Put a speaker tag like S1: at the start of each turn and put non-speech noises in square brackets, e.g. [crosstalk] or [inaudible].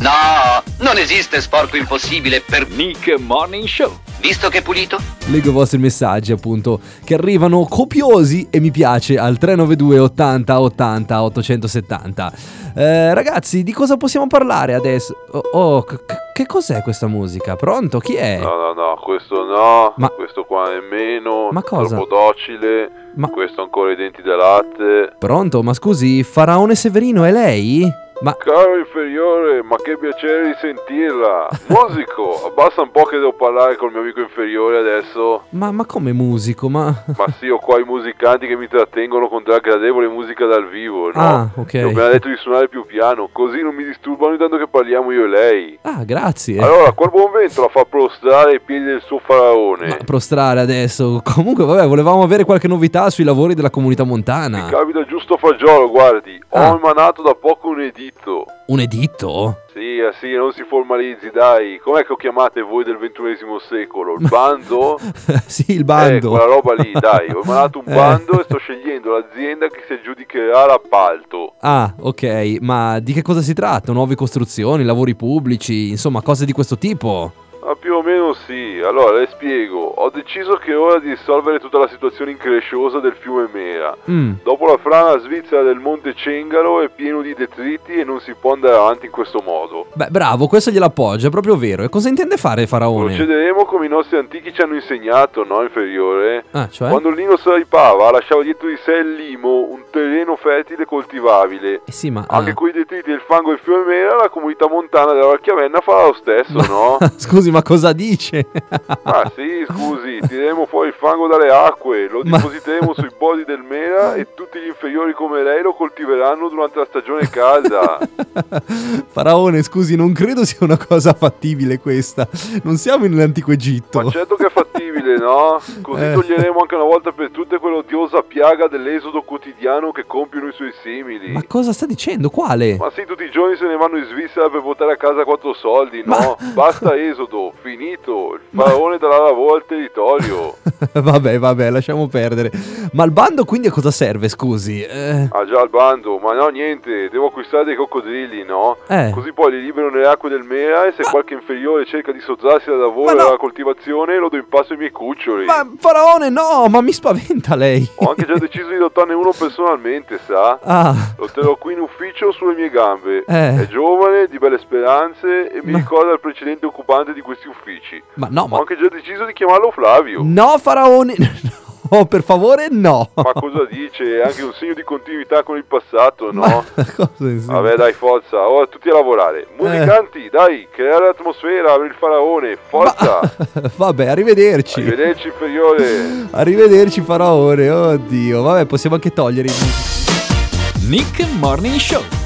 S1: No, non esiste sporco impossibile per
S2: Nick Morning Show.
S1: visto che è pulito.
S3: Leggo i vostri messaggi appunto che arrivano copiosi e mi piace al 392 80 80 870. Eh, ragazzi, di cosa possiamo parlare adesso? Oh, oh, c- c- che cos'è questa musica? Pronto? Chi è?
S4: No, no, no, questo no,
S3: Eh. Ma-
S4: questo qua nemmeno,
S3: Ma cosa?
S4: troppo docile,
S3: Ma-
S4: questo ancora i denti da latte.
S3: Pronto? Ma scusi, Faraone Severino è lei? Ma
S4: Caro inferiore, ma che piacere di
S3: [laughs]
S4: sentirla. Musico, abbassa un po' che devo parlare col mio amico inferiore adesso.
S3: Ma, ma come musico? Ma.
S4: Ma sì, ho qua i musicanti che mi trattengono con della gradevole musica dal vivo, no?
S3: Ah, ok.
S4: Non mi ha detto di suonare più piano, così non mi disturbano intanto che parliamo io e lei.
S3: Ah, grazie.
S4: Allora, quel buon vento la fa prostrare ai piedi del suo faraone.
S3: Ma prostrare adesso. Comunque, vabbè, volevamo avere qualche novità sui lavori della comunità
S4: Mi
S3: montana.
S4: capita giusto fagiolo, guardi.
S3: Ah.
S4: Ho emanato da poco un editto.
S3: Un editto?
S4: Sì, eh sì, non si formalizzi, dai. Com'è che lo chiamate voi del ventunesimo secolo?
S3: [laughs]
S4: Il bando?
S3: sì, il
S4: Eh,
S3: bando.
S4: quella roba lì, dai. Ho emanato un
S3: [laughs] Eh.
S4: bando e sto scegliendo l'azienda che si aggiudicherà l'appalto.
S3: Ah, ok, ma di che cosa si tratta? Nuove costruzioni, lavori pubblici, insomma, cose di questo tipo?
S4: Ma più o meno sì. Allora, le spiego. Ho deciso che è ora di risolvere tutta la situazione incresciosa del fiume Mera.
S3: Mm,
S4: Dopo la frana svizzera del Monte Cengalo è pieno di detriti e non si può andare avanti in questo modo.
S3: Beh, bravo, questo gliel'appoggio, è proprio vero. E cosa intende fare Faraone?
S4: Procederemo come i nostri antichi ci hanno insegnato, no, inferiore?
S3: Ah, cioè?
S4: Quando il lino si ripava, lasciava dietro di sé il limo, un terreno fertile e coltivabile.
S3: Eh sì, ma...
S4: Anche
S3: ah.
S4: con i detriti del fango e il fiume Mera, la comunità montana della Valchiavenna farà lo stesso,
S3: [laughs] Ma-
S4: no?
S3: Scusi, ma cosa dice? [laughs]
S4: Ah sì, scusi, tireremo fuori il fango dalle acque, lo
S3: Ma-
S4: depositeremo sui bordi del
S3: [laughs]
S4: Mera e tutti gli inferiori come lei lo coltiveranno durante la stagione calda.
S3: Faraone, scusi, non credo sia una cosa fattibile questa. Non siamo nell'antico Egitto.
S4: Ma certo che è fattibile, no? Così
S3: Eh.
S4: toglieremo anche una volta per tutte quell'odiosa piaga dell'esodo quotidiano che compiono i suoi simili.
S3: Ma cosa sta dicendo? Quale?
S4: Ma sì, tutti i giorni se ne vanno in Svizzera per portare a casa quattro soldi, no?
S3: Ma-
S4: Basta esodo, finito, il faraone darà la vola al territorio.
S3: [laughs] vabbè, vabbè, lasciamo perdere. Ma il bando quindi a cosa serve, scusi? Eh,
S4: Ah già il bando, ma no niente, devo acquistare dei coccodrilli, no?
S3: eh.
S4: Così poi li libero nelle acque del Mera e se qualche inferiore cerca di sottrarsi dal lavoro
S3: Ma
S4: e
S3: no.
S4: dalla coltivazione lo do in passo ai miei cuccioli.
S3: Ma Faraone, no, ma mi spaventa lei.
S4: Ho anche già deciso di adottarne uno personalmente, sa?
S3: Ah,
S4: Lo terrò qui in ufficio sulle mie gambe.
S3: Eh.
S4: È giovane, di belle speranze e mi
S3: Ma-
S4: ricorda il precedente occupante di questi uffici.
S3: ma no, ma...
S4: Ho anche già deciso di chiamarlo Flavio.
S3: No, Faraone, [laughs] no, per favore, no.
S4: Ma cosa dice? È anche un segno di continuità con il passato, no?
S3: Ma [laughs] Eh. cosa insi-
S4: Vabbè, dai, forza. Ora tutti a lavorare. Musicanti, dai, creare atmosfera per il faraone. Forza.
S3: Ma- Vabbè, arrivederci.
S4: Arrivederci, inferiore.
S3: Arrivederci, Faraone, oddio. Vabbè, possiamo anche togliere i...
S2: Nick Morning Show.